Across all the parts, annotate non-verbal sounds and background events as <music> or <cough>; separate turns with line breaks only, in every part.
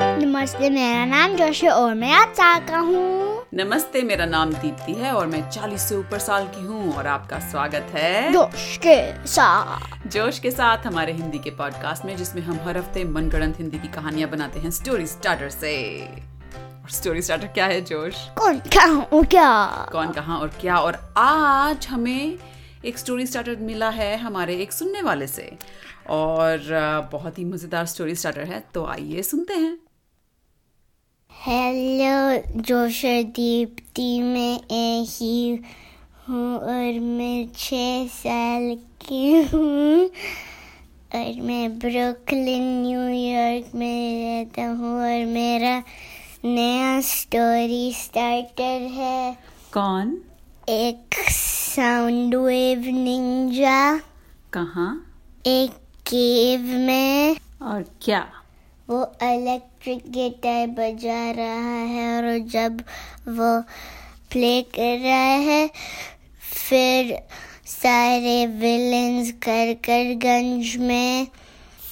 नमस्ते मेरा नाम जोश है और मैं आज चार का हूँ
नमस्ते मेरा नाम दीप्ति है और मैं 40 से ऊपर साल की हूँ और आपका स्वागत है
जोश के साथ
जोश के साथ हमारे हिंदी के पॉडकास्ट में जिसमें हम हर हफ्ते मनगढ़ंत हिंदी की कहानियां बनाते हैं स्टोरी स्टार्टर से और स्टोरी स्टार्टर क्या है जोश
कौन क्या हूँ क्या
कौन कहाँ और क्या और आज हमें एक स्टोरी स्टार्टर मिला है हमारे एक सुनने वाले से और अ, बहुत ही मजेदार स्टोरी स्टार्टर है तो आइए सुनते हैं
हेलो जोश और दीप्ति मैं यही हूँ और मैं छः साल की हूँ और मैं ब्रुकलिन न्यूयॉर्क में रहता हूँ और मेरा नया स्टोरी स्टार्टर है
कौन
एक साउंड वेव निंजा
कहाँ
एक केव में
और क्या
वो इलेक्ट्रिक गिटार बजा रहा है और जब वो प्ले कर रहा है फिर सारे विलेंस करकरगंज में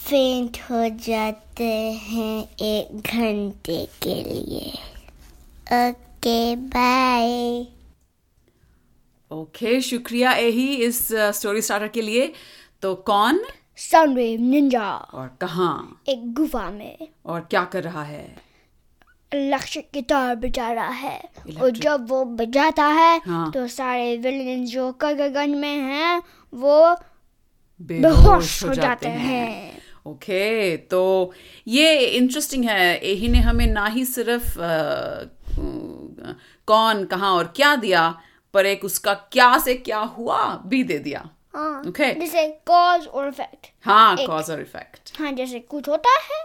फेंट हो जाते हैं एक घंटे के लिए ओके बाय
ओके शुक्रिया यही इस स्टोरी स्टार्टर के लिए तो कौन
साउंडवेव निंजा
और कहाँ
एक गुफा में
और क्या कर रहा है
इलेक्ट्रिक गिटार बजा रहा है और
Electric-
जब वो बजाता है
हाँ।
तो सारे विलन जो करगन में हैं वो बेहोश हो जाते हैं
ओके तो ये इंटरेस्टिंग है यही ने हमें ना ही सिर्फ अ, अ, कौन कहाँ और क्या दिया पर एक उसका क्या से क्या हुआ भी दे दिया
हाँ
ओके
जैसे कॉज और इफेक्ट
हाँ कॉज और इफेक्ट
हाँ जैसे कुछ होता है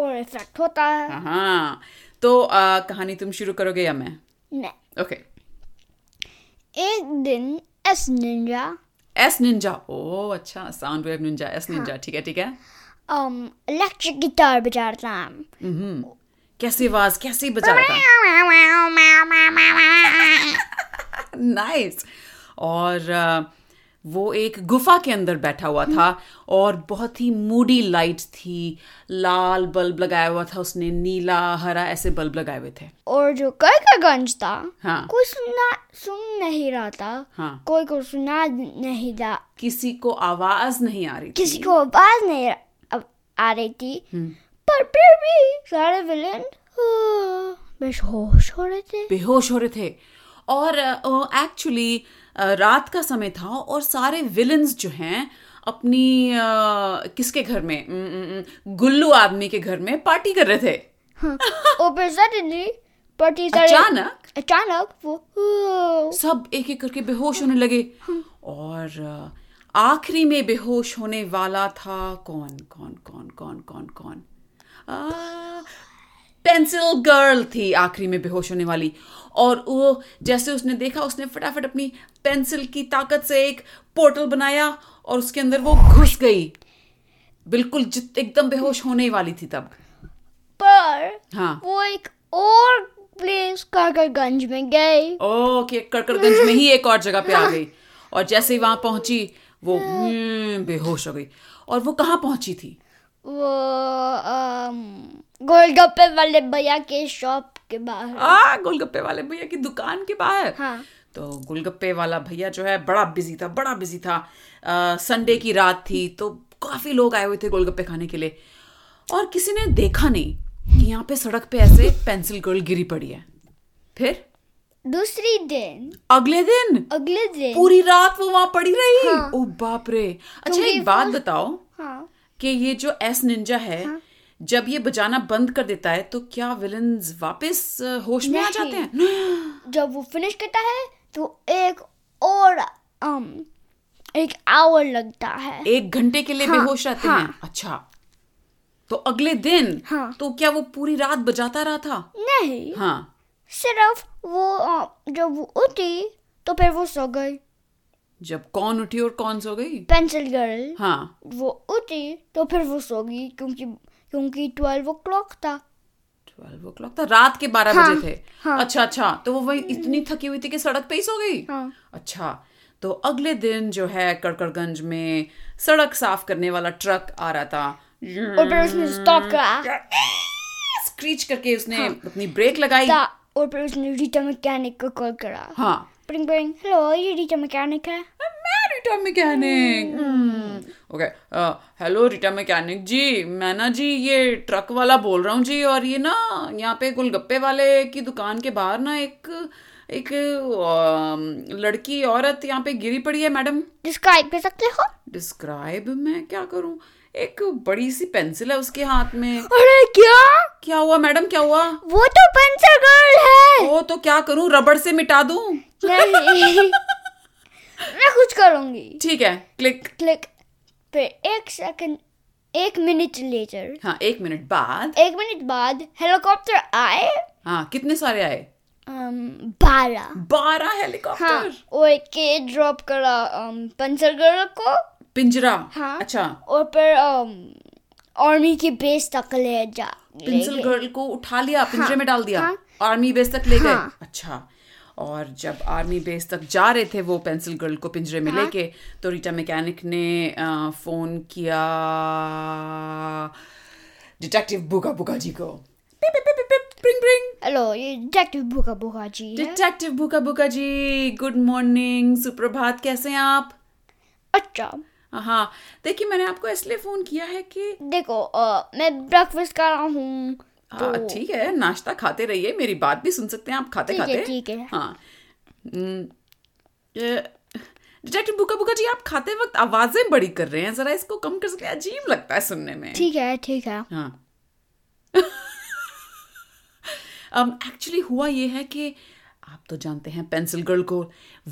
और इफेक्ट होता है
हाँ तो अ, कहानी तुम शुरू करोगे या मैं
नहीं
ओके
एक दिन एस निंजा
एस निंजा ओ अच्छा sound wave ninja S ninja
हाँ।
ठीक है ठीक है
um इलेक्ट्रिक गिटार बजा रहा था
कैसे आवाज कैसे बजा रहा था नाइस और अ, वो एक गुफा के अंदर बैठा हुआ था और बहुत ही मूडी लाइट थी लाल बल्ब लगाया हुआ था उसने नीला हरा ऐसे बल्ब लगाए हुए थे
और जो करकरगंज था
हाँ
कोई सुनना सुन नहीं रहा था
हाँ
कोई को सुना नहीं था
किसी को आवाज नहीं आ रही थी
किसी को आवाज नहीं आ- आ रही थी पर फिर भी सारे विलेन बेहोश हो रहे थे
<laughs> बेहोश हो रहे थे और एक्चुअली रात का समय था और सारे विलन्स जो हैं अपनी अ, किसके घर में उम, उम, उम, गुल्लू आदमी के घर में पार्टी कर रहे थे
हाँ, और फिर सडनली पटी सारे
अचानक
अचानक वो "Huh."
सब एक एक करके बेहोश होने लगे और अ, आखिरी में बेहोश होने वाला था कौन कौन कौन कौन कौन कौन आ, पेंसिल गर्ल थी आखिरी में बेहोश होने वाली और वो जैसे उसने देखा उसने फटाफट अपनी पेंसिल की ताकत से एक पोर्टल बनाया और उसके अंदर वो घुस गई बिल्कुल जित एकदम बेहोश होने ही वाली थी तब
पर
हाँ
वो एक और प्लेस काकरगंज में गई
ओके कड़कड़गंज में ही एक और जगह पे आ गई और जैसे ही वहां पहुंची वो हम्म, बेहोश हो गई और वो कहाँ पहुंची थी
वो अम, गोलगप्पे वाले भैया के शॉप के बाहर
आ गोलगप्पे वाले भैया की दुकान के बाहर
हाँ
तो गोलगप्पे वाला भैया जो है बड़ा बिजी था बड़ा बिजी था अ, संडे की रात थी तो काफी लोग आए हुए थे गोलगप्पे खाने के लिए और किसी ने देखा नहीं कि यहाँ पे सड़क पे ऐसे पेंसिल गर्ल गिरी पड़ी है फिर
दूसरी दिन
अगले दिन
अगले दिन
पूरी रात वो वहां पड़ी रही ओ बाप रे अच्छा एक बात बताओ
हाँ
कि ये जो एस निंजा है जब ये बजाना बंद कर देता है तो क्या विलन वापस अ, होश में आ
नहीं।
जाते हैं
जब वो फिनिश करता है तो एक और um, एक आवर लगता है
एक घंटे के
हाँ,
लिए बेहोश रहते हैं अच्छा तो अगले दिन
हाँ।
तो क्या वो पूरी रात बजाता रहा था
नहीं
हाँ
सिर्फ वो um, जब वो उठी तो फिर वो सो गई
जब कौन उठी और कौन सो गई
पेंसिल गर्ल
हाँ
वो उठी तो फिर वो सो गई क्योंकि क्योंकि ट्वेल्व ओ क्लॉक था
ट्वेल्व ओ था रात के बारह
हाँ,
बजे थे
हाँ।
अच्छा अच्छा तो वो वही इतनी थकी हुई थी कि सड़क पे ही सो गई
हाँ।
अच्छा तो अगले दिन जो है कड़कड़गंज में सड़क साफ करने वाला ट्रक आ रहा था
और फिर उसने स्टॉप करा
Yes, स्क्रीच करके उसने अपनी ब्रेक लगाई
ता- और फिर उसने रीटा मैकेनिक को कॉल करा
हाँ
पिंग पिंग हेलो ये रीटा मैकेनिक है
मैं Rita mechanic okay hello Rita mechanic ji मैं ना जी ये ट्रक वाला बोल रहा हूँ जी और ये ना यहाँ पे गोलगप्पे वाले की दुकान के बाहर ना एक एक अ, लड़की औरत यहाँ पे गिरी पड़ी है मैडम
डिस्क्राइब कर सकते हो
डिस्क्राइब मैं क्या करूँ एक बड़ी सी पेंसिल है उसके हाथ में
अरे क्या
क्या हुआ मैडम क्या हुआ
वो तो पेंसिल गर्ल है
ओ तो क्या करूँ रबड़ से मिटा दूं
नहीं <laughs> मैं कुछ करूंगी
ठीक है क्लिक
क्लिक फिर एक सेकंड एक मिनट लेटर
हाँ एक मिनट बाद
एक मिनट बाद हेलीकॉप्टर आए
हाँ कितने सारे आए
अम, बारह
बारह हेलीकॉप्टर
हाँ और के ड्रॉप करा अम, पेंसिल गर्ल को
पिंजरा
हाँ।
अच्छा
और um, पर अम, आर्मी की बेस तक ले जा ले
पेंसिल
गए।
गर्ल को उठा लिया पिंजरे में डाल दिया
हाँ।
आर्मी बेस तक ले गए
हाँ।
अच्छा और जब आर्मी बेस तक जा रहे थे वो पेंसिल गर्ल को पिंजरे
हाँ।
में लेके तो रीटा मैकेनिक ने अ, फोन किया डिटेक्टिव बुका बुका जी को पिप, पिप, पिप, पिप, प्रिंग, प्रिंग।
हेलो ये डिटेक्टिव बुका बुका जी है
detective Buka Buka ji good morning सुप्रभात कैसे हैं आप
अच्छा
हाँ देखिए मैंने आपको इसलिए फोन किया है कि
देखो अ, मैं ब्रेकफास्ट कर रहा हूँ
हाँ ठीक है नाश्ता खाते रहिए मेरी बात भी सुन सकते हैं आप खाते
तो ठीक है,
खाते
ठीक है।
हाँ हम्म, ये- डिटेक्टिव बुका बुका जी आप खाते वक्त आवाजें बड़ी कर रहे हैं जरा इसको कम कर सकते हैं अजीब लगता है सुनने में
ठीक है ठीक है
हाँ <laughs> एक्चुअली हुआ ये है कि आप तो जानते हैं पेंसिल गर्ल को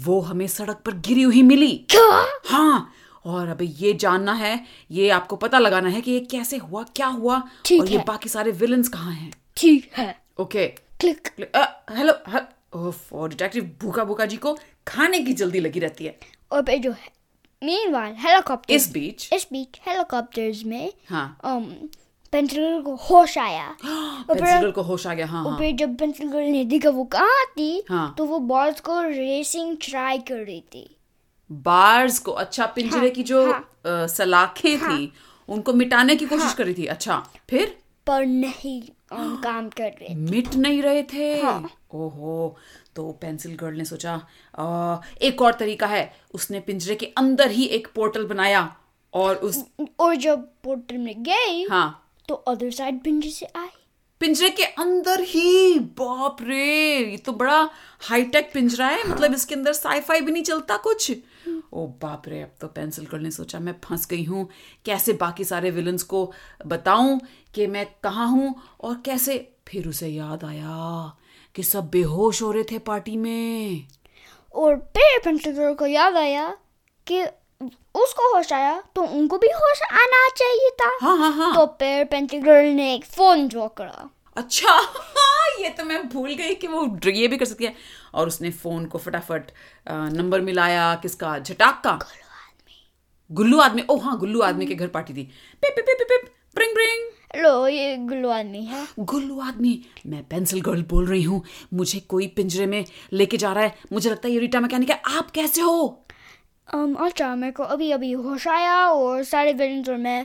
वो हमें सड़क पर गिरी हुई मिली
क्या
हाँ और अब ये जानना है ये आपको पता लगाना है कि ये कैसे हुआ क्या हुआ
ठीक
और ये
है।
बाकी सारे विलन्स कहाँ हैं uh,
ठीक है
ओके
क्लिक
अ, हेलो ह- ओफ और डिटेक्टिव भूखा भूखा जी को खाने की जल्दी लगी रहती है
और फिर जो है मीनवाइल हेलीकॉप्टर
इस बीच
इस बीच हेलीकॉप्टर्स में
हाँ
um, पेंसिल को होश आया और
पेंसिल
फिर
गर्ल को होश आ गया हाँ
और
हाँ
फिर जब पेंसिल गर्ल ने देखा वो कहाँ थी
हाँ।
तो वो बॉल्स को रेसिंग ट्राई कर रही थी
बार्स को अच्छा पिंजरे
हाँ,
की जो
हाँ।
अ, सलाखें थी उनको मिटाने की कोशिश करी थी अच्छा फिर
पर नहीं um, काम कर रहे
मिट नहीं रहे थे
हाँ।
ओहो तो पेंसिल गर्ल ने सोचा अ, एक और तरीका है उसने पिंजरे के अंदर ही एक पोर्टल बनाया और उस
और जब पोर्टल में गई
हाँ
तो अदर साइड पिंजरे से आई
पिंजरे के अंदर ही बाप रे ये तो बड़ा हाईटेक पिंजरा है मतलब इसके अंदर साईफाई भी नहीं चलता कुछ ओ बाप रे अब तो पेंसिल गर्ल ने सोचा मैं फंस गई हूँ कैसे बाकी सारे विलन्स को बताऊं कि मैं कहाँ हूँ और कैसे फिर उसे याद आया कि सब बेहोश हो रहे थे पार्टी में
और फिर पेंसिल गर्ल को याद आया कि उसको होश आया तो उनको भी होश आना चाहिए था
हाँ हाँ हाँ
तो फिर पेंसिल गर्ल ने एक फोन ड्रॉ करा
अच्छा <laughs> हाँ ये तो मैं भूल गई कि वो ड्र- ये भी कर सकती है और उसने फोन को फटाफट अ, नंबर मिलाया किसका झटाक का गुल्लू आदमी ओ हाँ गुल्लू आदमी के घर पार्टी थी पिप पिप पिप पिप, पिप प्रिंग प्रिंग
लो ये गुल्लू आदमी है
गुल्लू आदमी मैं पेंसिल गर्ल बोल रही हूँ मुझे कोई पिंजरे में लेके जा रहा है मुझे लगता है ये रीटा मैकेनिक है आप कैसे हो
um, अच्छा मेरे को अभी अभी होश आया और सारे विलन और मैं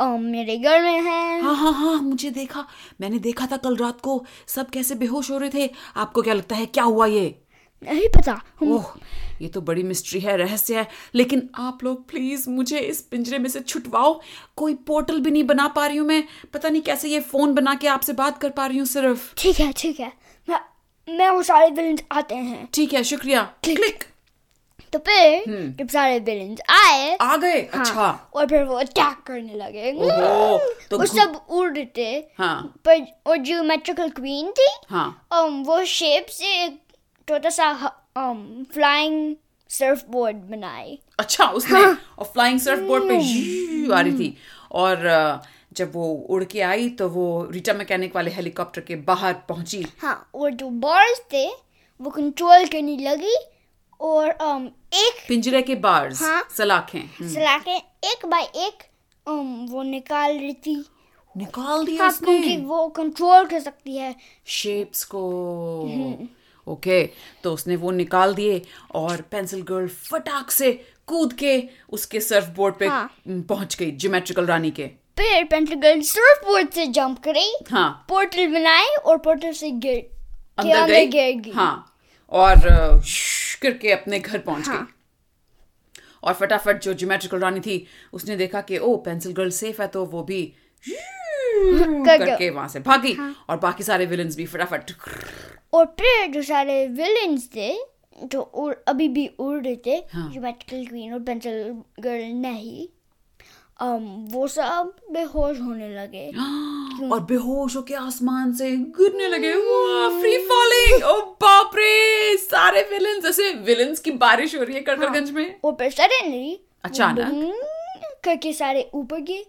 um, मेरे घर में हैं
हाँ हाँ हाँ मुझे देखा मैंने देखा था कल रात को सब कैसे बेहोश हो रहे थे आपको क्या लगता है क्या हुआ ये
नहीं पता हम
ओह ये तो बड़ी मिस्ट्री है रहस्य है लेकिन आप लोग प्लीज मुझे इस पिंजरे में से छुटवाओ कोई पोर्टल भी नहीं बना पा रही हूँ मैं पता नहीं कैसे ये फोन बना के आपसे बात कर पा रही हूँ सिर्फ
ठीक है ठीक है मैं मैं और सारे विलन आते हैं
ठीक है शुक्रिया
क्लिक।
क्लिक
तो फिर जब सारे विलन आए
आ गए
हाँ।
अच्छा
और फिर वो अटैक करने लगे Oh.
ओहो, तो
वो
घु-
सब उड़ रहे थे
हाँ
पर और जियोमेट्रिकल क्वीन थी
हाँ
um, वो शेप से एक छोटा सा um, फ्लाइंग सर्फ बोर्ड बनाई
अच्छा उसने
हाँ।
और फ्लाइंग सर्फ बोर्ड
Hmm.
पे यू आ रही थी और अ, जब वो उड़ के आई तो वो रीटा मैकेनिक वाले हेलीकॉप्टर के बाहर पहुंची
हाँ और जो बॉल्स थे वो कंट्रोल करने लगी और um, एक
पिंजरे के बार्स
हाँ।
सलाखें हम्म।
सलाखें एक बाय एक um, वो निकाल रही थी
निकाल दिया
हाँ
उसने
क्योंकि वो कंट्रोल कर सकती है
शेप्स को
Mm-hmm.
ओके तो उसने वो निकाल दिए और पेंसिल गर्ल फटाक से कूद के उसके सर्फ बोर्ड पे
हाँ।
पहुंच गई ज्योमेट्रिकल रानी के
फिर पेंसिल गर्ल सर्फ बोर्ड से जंप करी
हाँ
पोर्टल बनाई और पोर्टल से गिर के
अंदर
अंदर
गई
गिर गई
हाँ और अ, श्श करके अपने घर पहुंच
हाँ।
गई और फटाफट जो ज्योमेट्रिकल रानी थी उसने देखा कि ओ पेंसिल गर्ल सेफ है तो वो भी
कर गया। हाँ।
करके वहां से भागी और बाकी सारे विलन्स भी फटाफट
और फिर जो सारे विलेंस थे जो उड़ अभी भी उड़ रहे थे
हाँ।
ज्योमेट्रिकल क्वीन और पेंसिल गर्ल नहीं um, वो सब बेहोश होने लगे <gasps>
हाँ। और बेहोश होके आसमान से गिरने लगे फ्री फॉलिंग ओ बाप रे Oh, सारे विलन्स जैसे विलन्स की बारिश हो रही है कड़कड़गंज में
और फिर सडनली
अचानक
करके सारे ऊपर गए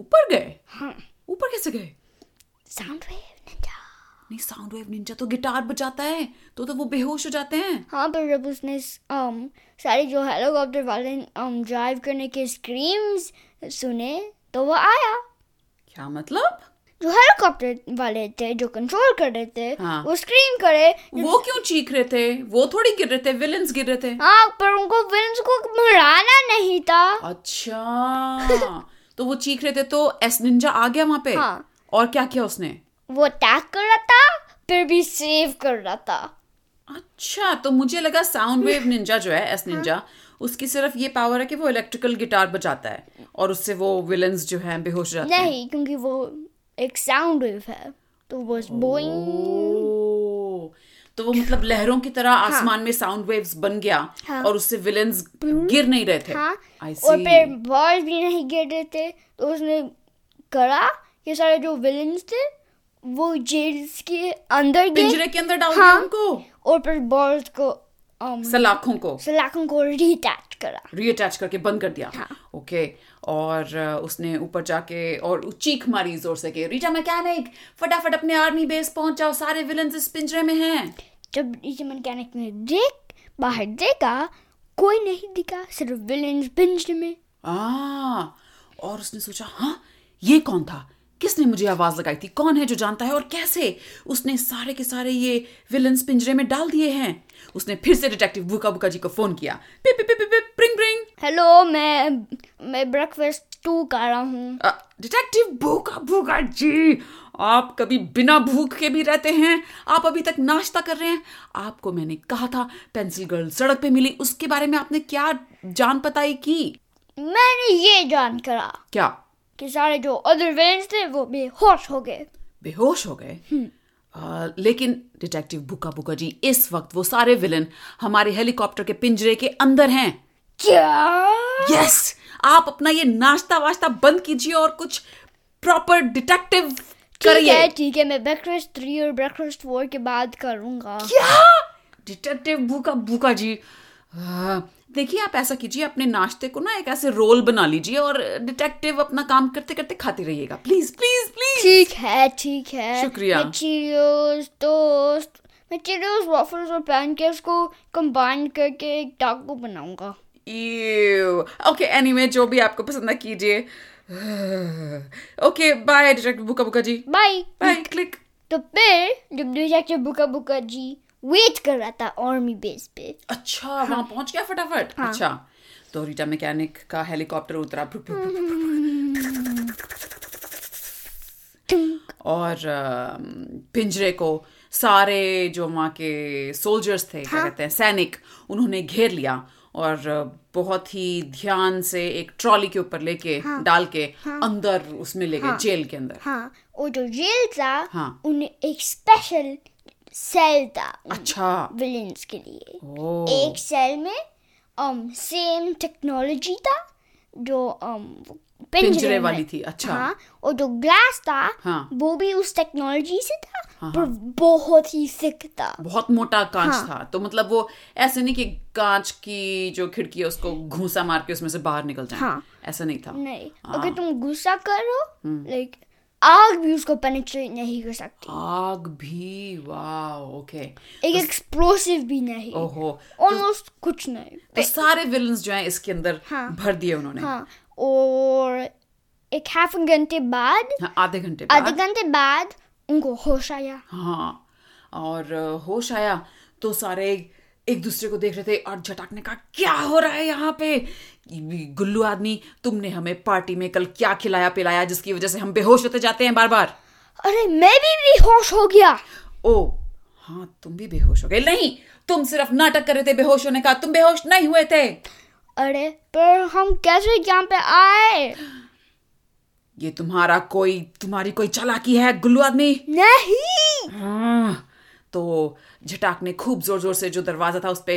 ऊपर गए
हाँ
ऊपर कैसे गए
साउंड वेव निंजा
नहीं साउंड वेव निंजा तो गिटार बजाता है तो तो वो बेहोश हो जाते हैं
हाँ पर जब उसने um, सारे जो हेलीकॉप्टर वाले um, ड्राइव करने के स्क्रीम्स सुने तो वो आया
क्या मतलब
जो हेलीकॉप्टर वाले थे जो कंट्रोल कर रहे थे
हाँ।
वो स्क्रीम करे
वो क्यों चीख रहे थे वो थोड़ी गिर रहे थे विलन्स गिर रहे थे
हाँ पर उनको विलन्स को मराना नहीं था
अच्छा तो वो चीख रहे थे तो एस निंजा आ गया वहां पे
हाँ।
और क्या किया उसने
वो अटैक कर रहा था फिर भी सेव कर रहा था
अच्छा तो मुझे लगा साउंड वेव निंजा जो है एस निंजा उसकी सिर्फ ये पावर है कि वो इलेक्ट्रिकल गिटार बजाता है और उससे वो विलन्स जो हैं बेहोश हो जाते हैं
नहीं क्योंकि वो एक साउंड वेव है तो वो बोइंग
Oh, ओ, तो वो मतलब लहरों की तरह आसमान में साउंड वेव्स बन गया
हाँ।
और उससे विलन्स गिर नहीं रहे थे
हाँ
I
और
see.
फिर बॉल भी नहीं गिर रहे थे तो उसने करा ये सारे जो विलन्स थे वो जेल्स के अंदर गए
पिंजरे के अंदर डाल
हाँ।
दिया उनको
और फिर बॉल्स को um,
सलाखों को
सलाखों को रिटैच करा
रीअटैच करके बंद कर दिया
हाँ।
ओके और अ, उसने ऊपर जाके और चीख मारी जोर से कि रीटा मैकेनिक फटाफट अपने आर्मी बेस पहुंच जाओ सारे विलन्स इस पिंजरे में हैं
जब नीचे मैकेनिक ने देख बाहर देखा कोई नहीं दिखा सिर्फ विलेंस पिंजरे में
आ, और उसने सोचा हाँ ये कौन था किसने मुझे आवाज लगाई थी कौन है जो जानता है और कैसे उसने सारे के सारे ये विलन्स पिंजरे में डाल दिए हैं उसने फिर से डिटेक्टिव बुका बुका जी को फोन किया पिप पिप पिप पिप, पिप प्रिंग प्रिंग
हेलो मैं मैं ब्रेकफास्ट टू कर रहा हूँ
अ, डिटेक्टिव भूखा भूखा जी आप कभी बिना भूख के भी रहते हैं आप अभी तक नाश्ता कर रहे हैं आपको मैंने कहा था पेंसिल गर्ल सड़क पे मिली उसके बारे में आपने क्या जान पताई की
मैंने ये जान करा
क्या
कि सारे जो अदर विलेंस थे वो बेहोश हो गए
बेहोश हो गए
हम्म।
अ, लेकिन डिटेक्टिव बुका बुका जी इस वक्त वो सारे विलन हमारे हेलीकॉप्टर के पिंजरे के अंदर हैं
क्या
यस आप अपना ये नाश्ता वाश्ता बंद कीजिए और कुछ प्रॉपर डिटेक्टिव
ठीक
करिए
है ठीक है मैं ब्रेकफास्ट थ्री और ब्रेकफास्ट फोर के बाद करूंगा
क्या डिटेक्टिव बुका बुका जी अ, देखिए आप ऐसा कीजिए अपने नाश्ते को ना एक ऐसे रोल बना लीजिए और डिटेक्टिव अपना काम करते करते खाते रहिएगा प्लीज प्लीज प्लीज
ठीक है ठीक है
शुक्रिया।
मैं चीरियोस टोस्ट मैं चीरियोस वॉफल्स और पैनकेक्स को कंबाइन करके एक टाको बनाऊंगा
ओके एनीवे जो भी आपको पसंद है कीजिए okay bye detective Buka Buka ji
bye
bye click
तो फिर जब डिटेक्टिव बुका बुका जी वेट कर रहा था आर्मी बेस पे
अच्छा वहां पहुंच गया फटाफट अच्छा तो रीटा मैकेनिक का हेलीकॉप्टर उतरा भुक, भुक, भुक,
टुंक।
और अम, पिंजरे को सारे जो वहाँ के सोल्जर्स थे क्या कहते हैं सैनिक उन्होंने घेर लिया और अ, बहुत ही ध्यान से एक ट्रॉली के ऊपर लेके डाल के अंदर उसमें ले गए जेल के अंदर
हाँ और जो जेल था
हाँ।
उन्हें एक स्पेशल सेल था
अच्छा
विलेंस के लिए
ओ
एक सेल में um, सेम टेक्नोलॉजी था जो um, पिंजरे,
पिंजरे
में।
वाली थी अच्छा
हाँ और जो ग्लास था
हाँ।
वो भी उस टेक्नोलॉजी से था पर बहुत ही सिक था
बहुत मोटा कांच
हाँ।
था तो मतलब वो ऐसे नहीं कि कांच की जो खिड़की है उसको घूसा मार के उसमें से बाहर निकल जाए
हाँ।
ऐसा नहीं था
नहीं अगर तुम गुस्सा करो
हम्म।
लाइक आग भी उसको पेनिट्रेट नहीं कर सकती
आग भी वाह ओके
एक एक्सप्लोसिव भी नहीं
ओहो
ऑलमोस्ट कुछ नहीं
तो सारे विलन्स जो हैं इसके अंदर
हाँ।
भर दिए उन्होंने
हाँ और एक हाफ घंटे बाद
हाँ, आधे घंटे
आधे
बाद
घंटे बाद उनको होश आया
हाँ और अ, होश आया तो सारे एक दूसरे को देख रहे थे और जटाक ने कहा क्या हो रहा है यहाँ पे गुल्लू आदमी तुमने हमें पार्टी में कल क्या खिलाया पिलाया जिसकी वजह से हम बेहोश होते जाते हैं बार बार
अरे मैं भी बेहोश हो गया
ओ हाँ तुम भी बेहोश हो गए नहीं तुम सिर्फ नाटक कर रहे थे बेहोश होने का तुम बेहोश नहीं हुए थे
अरे पर हम कैसे यहाँ पे आए
ये तुम्हारा कोई तुम्हारी कोई चालाकी है गुल्लू आदमी
नहीं
हाँ, तो झटाक ने खूब जोर जोर से जो दरवाजा था उस पे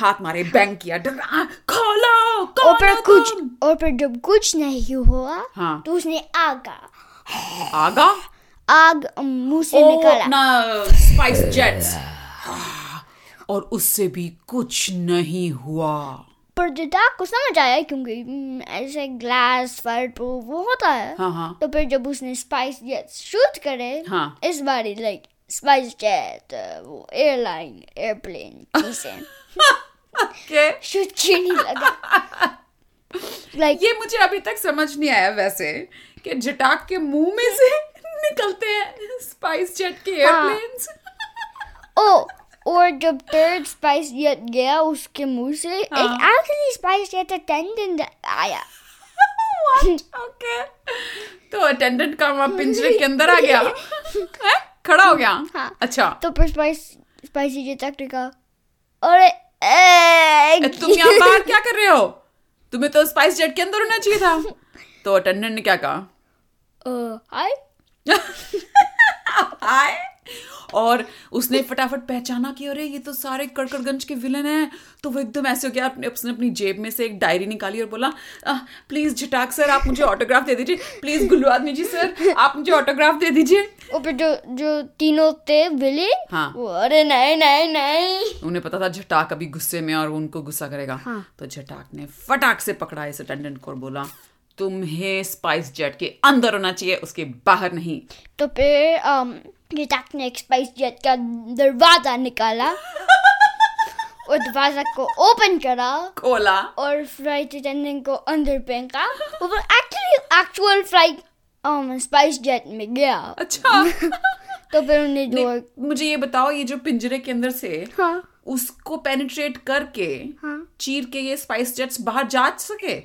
हाथ मारे बैंग किया डरा खोलो
और
खोलो
पर कुछ
तुम!"
और पर जब कुछ नहीं हुआ
हाँ।
तो उसने आगा
आगा
आग मुंह से
ओ,
निकाला
अपना स्पाइस जेट्स हाँ, और उससे भी कुछ नहीं हुआ
पर जटाक को समझ आया क्योंकि हम्म, ऐसे ग्लास फायर प्रूफ वो होता है
हाँ हाँ
तो फिर जब उसने स्पाइस जेट शूट करे
हाँ।
इस बार लाइक स्पाइस जेट वो एयरलाइन एयरप्लेन चीजें
ओके
शूट चीनी लगा
<laughs>
लाइक
ये मुझे अभी तक समझ नहीं आया वैसे कि जटाक के मुंह में से <laughs> निकलते हैं स्पाइस जेट के
हाँ।
एयरप्लेन्स
ओ oh, और जब थर्ड स्पाइस जेट गया उसके मुंह से एक
हाँ।
एक्चुअली स्पाइस जेट अटेंडेंट आया
What? Okay. तो अटेंडेंट का वहाँ पिंजरे के अंदर आ गया हैं? खड़ा हो गया
हाँ।
अच्छा
तो पर स्पाइस स्पाइसी जेट एक्टर का अरे ए,
तुम यहाँ
<laughs>
बाहर क्या कर रहे हो तुम्हें तो स्पाइस जेट के अंदर होना चाहिए था तो अटेंडेंट ने क्या कहा
अ, हाय
हाय और उसने फटाफट पहचाना कि अरे ये तो सारे कड़कड़गंज के विलन हैं तो वो एकदम ऐसे हो गया अपने उसने अपनी जेब में से एक डायरी निकाली और बोला प्लीज झटाक सर आप मुझे ऑटोग्राफ दे दीजिए प्लीज गुल्लू आदमी जी सर आप मुझे ऑटोग्राफ दे दीजिए
और फिर जो जो तीनों थे विले
हाँ।
वो अरे नहीं नहीं नहीं
उन्हें पता था झटाक अभी गुस्से में और वो उनको गुस्सा करेगा
हाँ।
तो झटाक ने फटाक से पकड़ा इस अटेंडेंट को और बोला तुम्हें स्पाइस जेट के अंदर होना चाहिए उसके बाहर नहीं
तो फिर अम, जटाक ने एक स्पाइस जेट का दरवाजा निकाला और दरवाजा को ओपन करा
खोला
और फ्राइड अटेंडेंट को अंदर फेंका वो actually actual fried um, spice jet में गया
अच्छा
तो फिर उन्हें जो
मुझे ये बताओ ये जो पिंजरे के अंदर से
हाँ
उसको पेनिट्रेट करके
हाँ।
चीर के ये स्पाइस जेट्स बाहर जा सके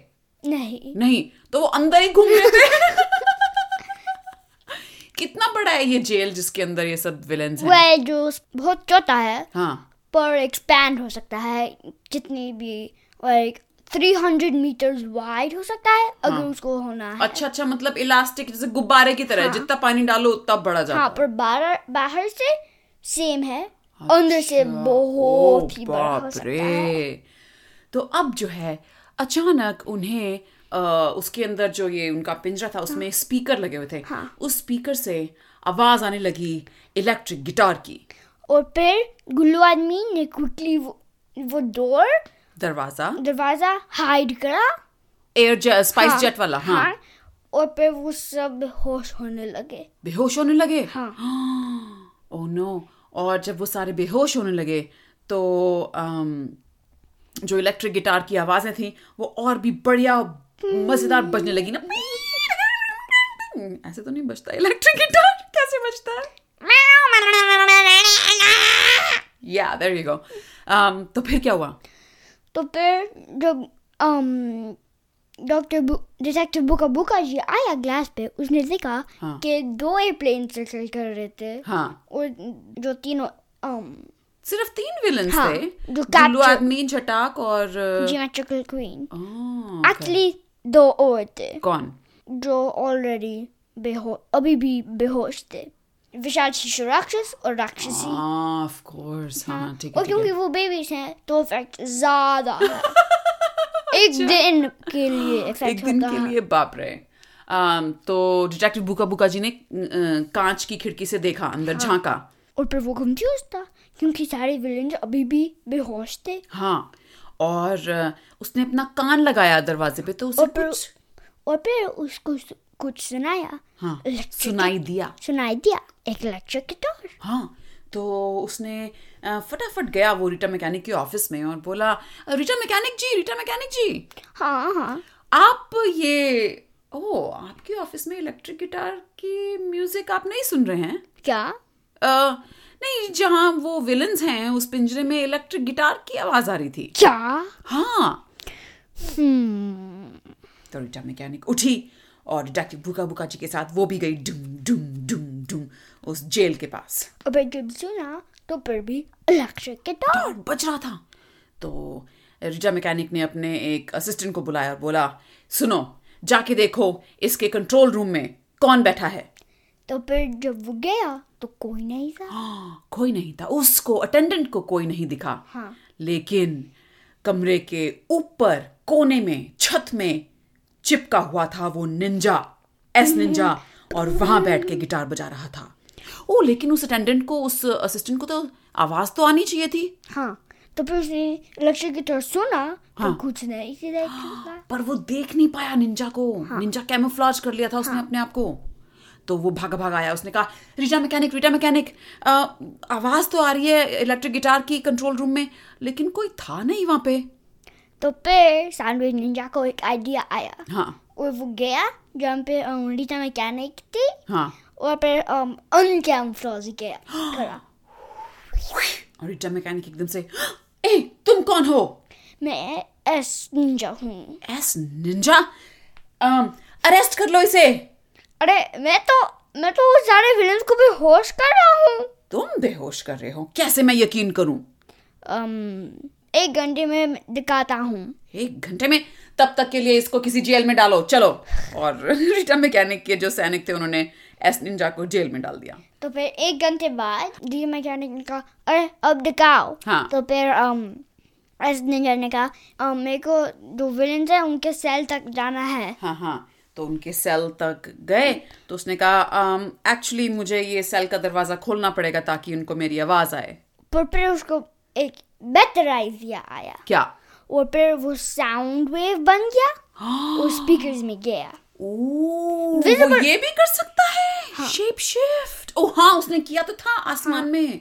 नहीं
नहीं तो वो अंदर ही घूम रहे थे <laughs> कितना बड़ा है ये जेल जिसके अंदर ये सब विलन हैं
वह जो बहुत छोटा है
हाँ
पर एक्सपैंड हो सकता है जितनी भी लाइक 300 मीटर्स वाइड हो सकता है अगर
हाँ।
उसको होना है
अच्छा अच्छा मतलब इलास्टिक जैसे गुब्बारे की तरह है,
हाँ।
जितना पानी डालो उतना बढ़ा जाता
हाँ
है
पर बाहर बाहर से सेम है अंदर से
अच्छा,
बहुत ही
ओ,
बड़ा हो
बाप
सकता है
रे तो अब जो है अचानक उन्हें अ, उसके अंदर जो ये उनका पिंजरा था उसमें स्पीकर लगे हुए थे
हाँ।
उस स्पीकर से आवाज आने लगी इलेक्ट्रिक गिटार की
और फिर गुल्लू आदमी ने क्विकली वो, वो डोर
दरवाजा
दरवाजा हाइड करा
एयर जे, स्पाइस
हाँ,
जेट वाला हाँ,
और फिर वो सब बेहोश होने लगे
बेहोश होने लगे
हाँ
ओ नो और जब वो सारे बेहोश होने लगे तो अम, जो इलेक्ट्रिक गिटार की आवाजें थी वो और भी बढ़िया मजेदार बजने लगी ना ऐसे तो नहीं बजता इलेक्ट्रिक गिटार कैसे बजता है या देयर यू गो तो फिर क्या हुआ
तो फिर जब um, doctor detective Buka Buka ji आया ग्लास पे उसने देखा
हाँ।
कि दो एयरप्लेन सर्कल कर रहे थे
हाँ
और जो तीनों um,
सिर्फ तीन विलन
हाँ,
थे
जो
गुल्लू
capture-
आदमी झटाक और
geometrical queen
अ, ओह,
एक्चुअली दो और थे
कौन
जो ऑलरेडी बेहो अभी भी बेहोश थे विशाल शिशु राक्षस और राक्षसी
ऑफ कोर्स हाँ ठीक
और
है ठीक है।
क्योंकि वो बेबीज हैं तो इफेक्ट ज्यादा है एक दिन के लिए
एक
इफेक्ट
दिन
होता
के
है
लिए बाप रे अम, तो डिटेक्टिव बुका बुका जी ने अ, कांच की खिड़की से देखा अंदर
हाँ।
झांका
और फिर वो कंफ्यूज था क्योंकि सारे विलेंज अभी भी बेहोश थे
हाँ और अ, उसने अपना कान लगाया दरवाजे पे तो उसे
और फिर-
कुछ
और फिर उसको सु- कुछ सुनाया
हाँ
इलेक्ट्रिक-
सुनाई दिया
सुनाई दिया एक इलेक्ट्रिक गिटार
हाँ तो उसने अ, फटाफट गया वो रीटा मैकेनिक के ऑफिस में और बोला Rita mechanic ji Rita mechanic ji
हाँ हाँ
आप ये ओ आपके ऑफिस में इलेक्ट्रिक गिटार की म्यूजिक आप नहीं सुन रहे हैं
क्या
अ, नहीं जहाँ वो विलन्स हैं उस पिंजरे में इलेक्ट्रिक गिटार की आवाज आ रही थी
क्या
हाँ
हम्म
तो रिटा मैकेनिक उठी और डिटेक्टिव भूखा भूखा जी के साथ वो भी गई डुम डुम डुम डुम उस जेल के पास
अबे जब सुना तो फिर भी इलेक्ट्रिक गिटार
और बच रहा था तो रिटा मैकेनिक ने अपने एक असिस्टेंट को बुलाया और बोला सुनो जाके देखो इसके कंट्रोल रूम में कौन बैठा है
तो फिर जब वो गया तो कोई नहीं था
हाँ, कोई नहीं था उसको अटेंडेंट को कोई नहीं दिखा
हाँ।
लेकिन कमरे के ऊपर कोने में छत में चिपका हुआ था वो निंजा एस निंजा और वहां बैठ के गिटार बजा रहा था ओ लेकिन उस अटेंडेंट को उस असिस्टेंट को तो आवाज तो आनी चाहिए थी
हाँ तो फिर उसने इलेक्ट्रिक गिटार सुना तो
हाँ।
कुछ नहीं था
पर वो देख नहीं पाया निंजा को निंजा कैमोफ्लाज कर लिया था उसने अपने आप को तो वो भागा भागा आया उसने कहा रीटा मैकेनिक रीटा मैकेनिक अ, आवाज तो आ रही है इलेक्ट्रिक गिटार की कंट्रोल रूम में लेकिन कोई था नहीं वहां पे
तो फिर सैंडविच निंजा को एक आइडिया आया
हाँ
और वो गया जहाँ पे अम, रीटा मैकेनिक थी
हाँ
और फिर अनकैम्फ्लॉज गया खड़ा
और रीटा मैकेनिक एकदम से ए तुम कौन हो
मैं एस निंजा हूँ
एस निंजा अरेस्ट कर लो इसे
अरे मैं तो मैं तो उस सारे विलन को भी होश कर रहा हूँ
तुम बेहोश कर रहे हो कैसे मैं यकीन करूं
अम, एक घंटे में दिखाता हूँ
एक घंटे में तब तक के लिए इसको किसी जेल में डालो चलो और <laughs> रिटा मैकेनिक के जो सैनिक थे उन्होंने एस निंजा को जेल में डाल दिया
तो फिर एक घंटे बाद डी मैकेनिक ने कहा अरे अब दिखाओ
हाँ।
तो फिर अम एस निंजा ने कहा "अम, मेरे को जो विलन है उनके सेल तक जाना है
हाँ हाँ तो उनके सेल तक गए तो उसने कहा एक्चुअली मुझे ये सेल का दरवाजा खोलना पड़ेगा ताकि उनको मेरी आवाज आए
पर फिर उसको एक बेहतर आइडिया आया
क्या
और फिर वो साउंड वेव बन गया और स्पीकर्स में गया
ओ वो ये भी कर सकता है शेप शिफ्ट ओ हाँ उसने किया तो था आसमान में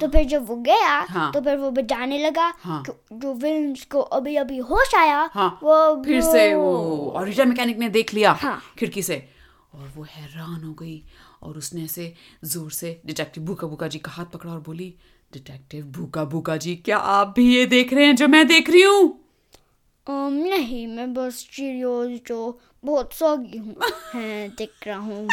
तो फिर जब वो गया
हाँ।
तो फिर वो बजाने लगा
हाँ।
तो जो विलन को अभी अभी होश आया
हाँ
वो
फिर से वो और रिटा मैकेनिक ने देख लिया
हाँ।
खिड़की से और वो हैरान हो गई और उसने ऐसे जोर से डिटेक्टिव भूखा भूखा जी का हाथ पकड़ा और बोली डिटेक्टिव भूखा भूखा जी क्या आप भी ये देख रहे हैं जो मैं देख रही हूँ
अम, नहीं मैं बस चीरियोज जो बहुत सौगी
<laughs>
हूँ हैं, दिख रहा हूँ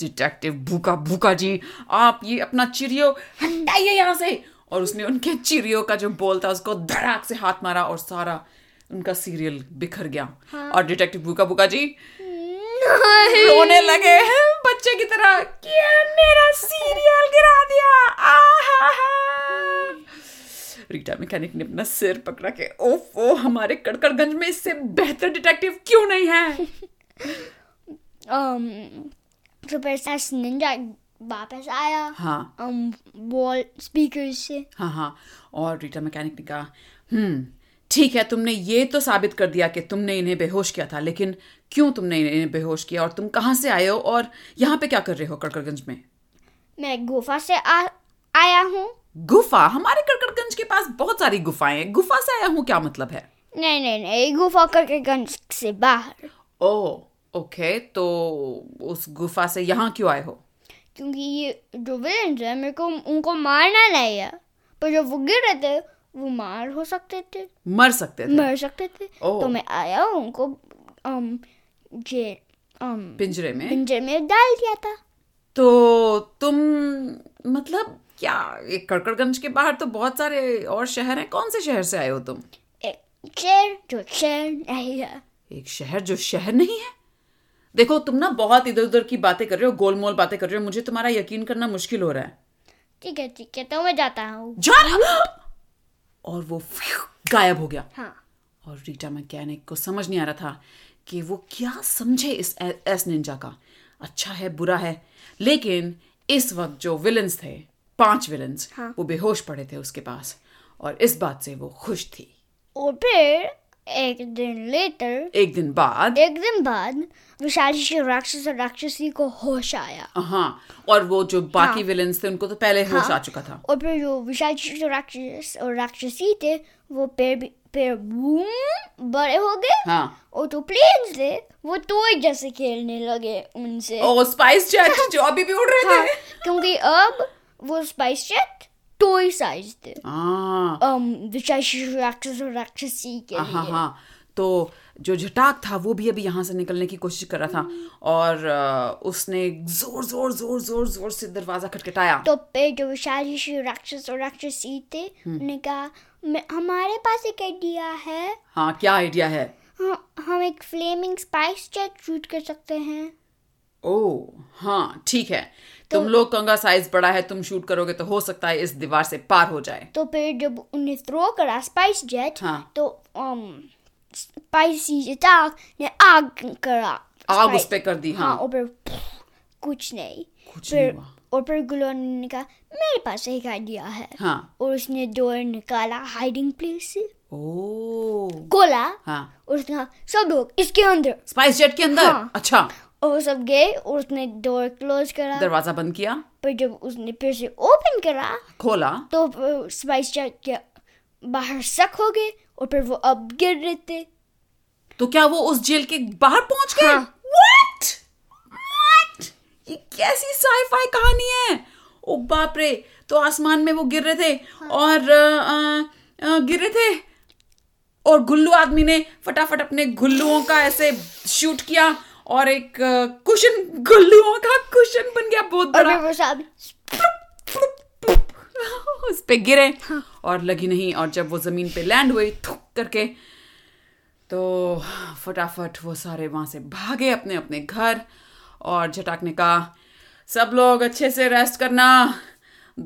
डिटेक्टिव भूखा भूखा जी आप ये अपना चिरियो हटाइए यहाँ से और उसने उनके चिरियो का जो बॉल था उसको धड़ाक से हाथ मारा और सारा उनका सीरियल बिखर गया और डिटेक्टिव भूखा भूखा जी
नहीं
रोने लगे हैं बच्चे की तरह क्या मेरा सीरियल गिरा दिया आहाहा रीटा मैकेनिक ने अपना सिर पकड़ा के ओफो हमारे कड़कड़गंज में इससे बेहतर डिटेक्टिव क्यों नहीं है
um, तो फिर सास निंजा वापस आया
हाँ
um, वॉल स्पीकर से
हाँ हाँ और रीटा मैकेनिक ने कहा हम्म ठीक है तुमने ये तो साबित कर दिया कि तुमने इन्हें बेहोश किया था लेकिन क्यों तुमने इन्हें बेहोश किया और तुम कहाँ से आए हो और यहाँ पे क्या कर रहे हो कड़कड़गंज में
मैं गुफा से आ, आया हूँ
गुफा हमारे कड़कड़गंज के पास बहुत सारी गुफाएं हैं गुफा से आया हूँ क्या मतलब है
नहीं नहीं नहीं गुफा करके गंज से बाहर
ओ ओके तो उस गुफा से यहाँ क्यों आए हो
क्योंकि ये जो विलन है मेरे को उनको मारना नहीं है पर जब वो गिर रहे थे वो मार हो सकते थे
मर सकते थे
मर सकते थे
ओह।
तो मैं आया और उनको um, जे um,
तो पिंजरे में
पिंजरे में डाल दिया था
तो तुम मतलब क्या ये कड़कड़गंज के बाहर तो बहुत सारे और शहर हैं कौन से शहर से आए हो तुम
एक शेर जो शेर नहीं है
एक शहर जो शहर नहीं है देखो तुम ना बहुत इधर उधर की बातें कर रहे हो गोलमोल बातें कर रहे हो मुझे तुम्हारा यकीन करना मुश्किल हो रहा है
ठीक है ठीक है तो मैं जाता हूँ
जान और वो गायब हो गया
हाँ
और रीटा मैकेनिक को समझ नहीं आ रहा था कि वो क्या समझे इस एस निंजा का अच्छा है बुरा है लेकिन इस वक्त जो विलन्स थे पांच विलन्स
हाँ।
वो बेहोश पड़े थे उसके पास और इस बात से वो खुश थी
और फिर एक दिन लेटर
एक दिन बाद
एक दिन बाद विशाली से राक्षस और राक्षसी को होश आया
हाँ और वो जो बाकी विलन्स थे उनको तो पहले होश आ चुका था
और फिर जो विशाली से राक्षस और राक्षसी थे वो पेड़ भी फिर बूम बड़े हो गए
हाँ
और जो प्लेन्स थे वो टॉय जैसे खेलने लगे उनसे
ओ स्पाइस <laughs> जेट जो अभी भी उड़ रहे
हाँ,
थे
क्योंकि अब वो स्पाइस जेट टॉय साइज थे
हाँ
um, विशेष राक्षस और राक्षसी के
हाँ
लिए
हाँ तो जो झटाक था वो भी अभी यहाँ से निकलने की कोशिश कर रहा था और अ, उसने जोर जोर जोर जोर जोर से दरवाजा खटखटाया
तो पे जो विशालिश राक्षस और राक्षसी थे उन्होंने कहा "मैं- हमारे पास एक आइडिया है
हाँ क्या आइडिया है
हम हम एक फ्लेमिंग स्पाइस जेट शूट कर सकते हैं
ओ हाँ ठीक है तुम लोग कंगा साइज बड़ा है तुम शूट करोगे तो हो सकता है इस दीवार से पार हो जाए
तो फिर जब उन्हें थ्रो करा स्पाइस जेट
हाँ।
तो um, स्पाइसी जेटाक ने आग करा
आग
स्पाइ-
उस पे कर दी
हाँ
हाँ
और फिर pff, कुछ नहीं
कुछ नहीं
फिर
हुआ।
और फिर गुलन ने कहा मेरे पास एक आइडिया है
हाँ
और उसने डोर निकाला हाइडिंग प्लेस से
ओ
गोला
हाँ
और उसने कहा सब लोग इसके अंदर
स्पाइस जेट के अंदर
हाँ।
अच्छा
और वो सब गए और उसने डोर क्लोज करा
दरवाजा बंद किया
पर जब उसने फिर से ओपन करा
खोला
तो वो स्पाइस जेट के बाहर सक हो गए और फिर वो अब गिर रहे थे
तो क्या वो उस जेल के बाहर पहुंच गए
हाँ।
व्हाट व्हाट ये कैसी साईफाई कहानी है ओ बाप रे तो आसमान में वो गिर रहे थे और अ, अ, अ, गिर रहे थे और गुल्लू आदमी ने फटाफट अपने गुल्लुओं का ऐसे शूट किया और एक अ, कुशन गुल्लुओं का कुशन बन गया बहुत
और
बड़ा
फिर वो सब
उस पे गिरे और लगी नहीं और जब वो जमीन पे लैंड हुई थुक करके तो फटाफट वो सारे वहां से भागे अपने अपने घर और झटाक ने कहा सब लोग अच्छे से रेस्ट करना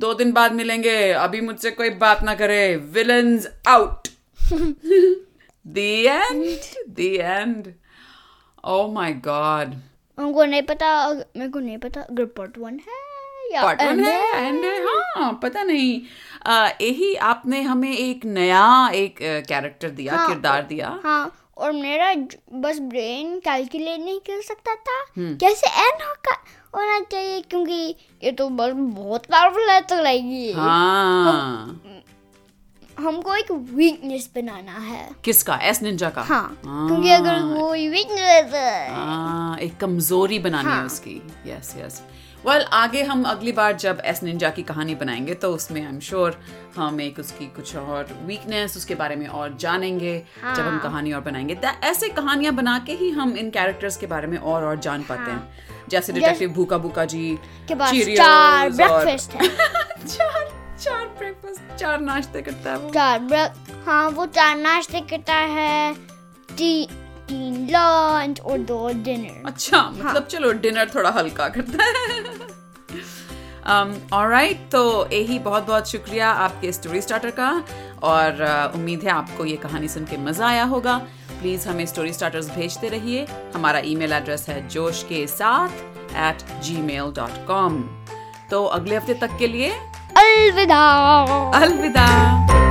दो दिन बाद मिलेंगे अभी मुझसे कोई बात ना करे villains out the end the end oh my God
हमको नहीं पता अग- मेरे को नहीं पता अगर पार्ट वन है या
पार्ट वन
end
है एंड हाँ पता नहीं आ, यही आपने हमें एक नया एक कैरेक्टर दिया
हाँ।
किरदार दिया
हाँ और मेरा ज- बस ब्रेन कैलकुलेट नहीं कर सकता था कैसे एंड होगा होना चाहिए क्योंकि ये तो बस बहुत पावरफुल है तो लाएगी
हाँ
हमको एक वीकनेस बनाना है
किसका एस निंजा का
हाँ क्योंकि अगर वो वीकनेस है
हाँ, एक कमजोरी बनानी है
हाँ।
उसकी यस यस वेल आगे हम अगली बार जब एस निंजा की कहानी बनाएंगे तो उसमें आई एम श्योर हम एक उसकी कुछ और वीकनेस उसके बारे में और जानेंगे जब
हाँ।
हम कहानी और बनाएंगे ता- ऐसे कहानियां बना के ही हम इन कैरेक्टर्स के बारे में और और जान पाते हैं जैसे डिटेक्टिव भूखा भूखा जी
हाँ। के पास
Cheerios
चार
और-
ब्रेकफास्ट है
<laughs> चार चार ब्रेकफास्ट चार नाश्ते करता है वो
चार ब्रेक हाँ वो चार नाश्ते करता है ती, तीन लंच और दो डिनर
अच्छा मतलब चलो डिनर थोड़ा हल्का करता है ऑलराइट तो यही बहुत बहुत शुक्रिया आपके स्टोरी स्टार्टर का और अ, उम्मीद है आपको ये कहानी सुन के मज़ा आया होगा प्लीज़ हमें स्टोरी स्टार्टर्स भेजते रहिए हमारा ईमेल एड्रेस है जोश के साथ at ji mail dot com तो अगले हफ्ते तक के लिए
अलविदा
अलविदा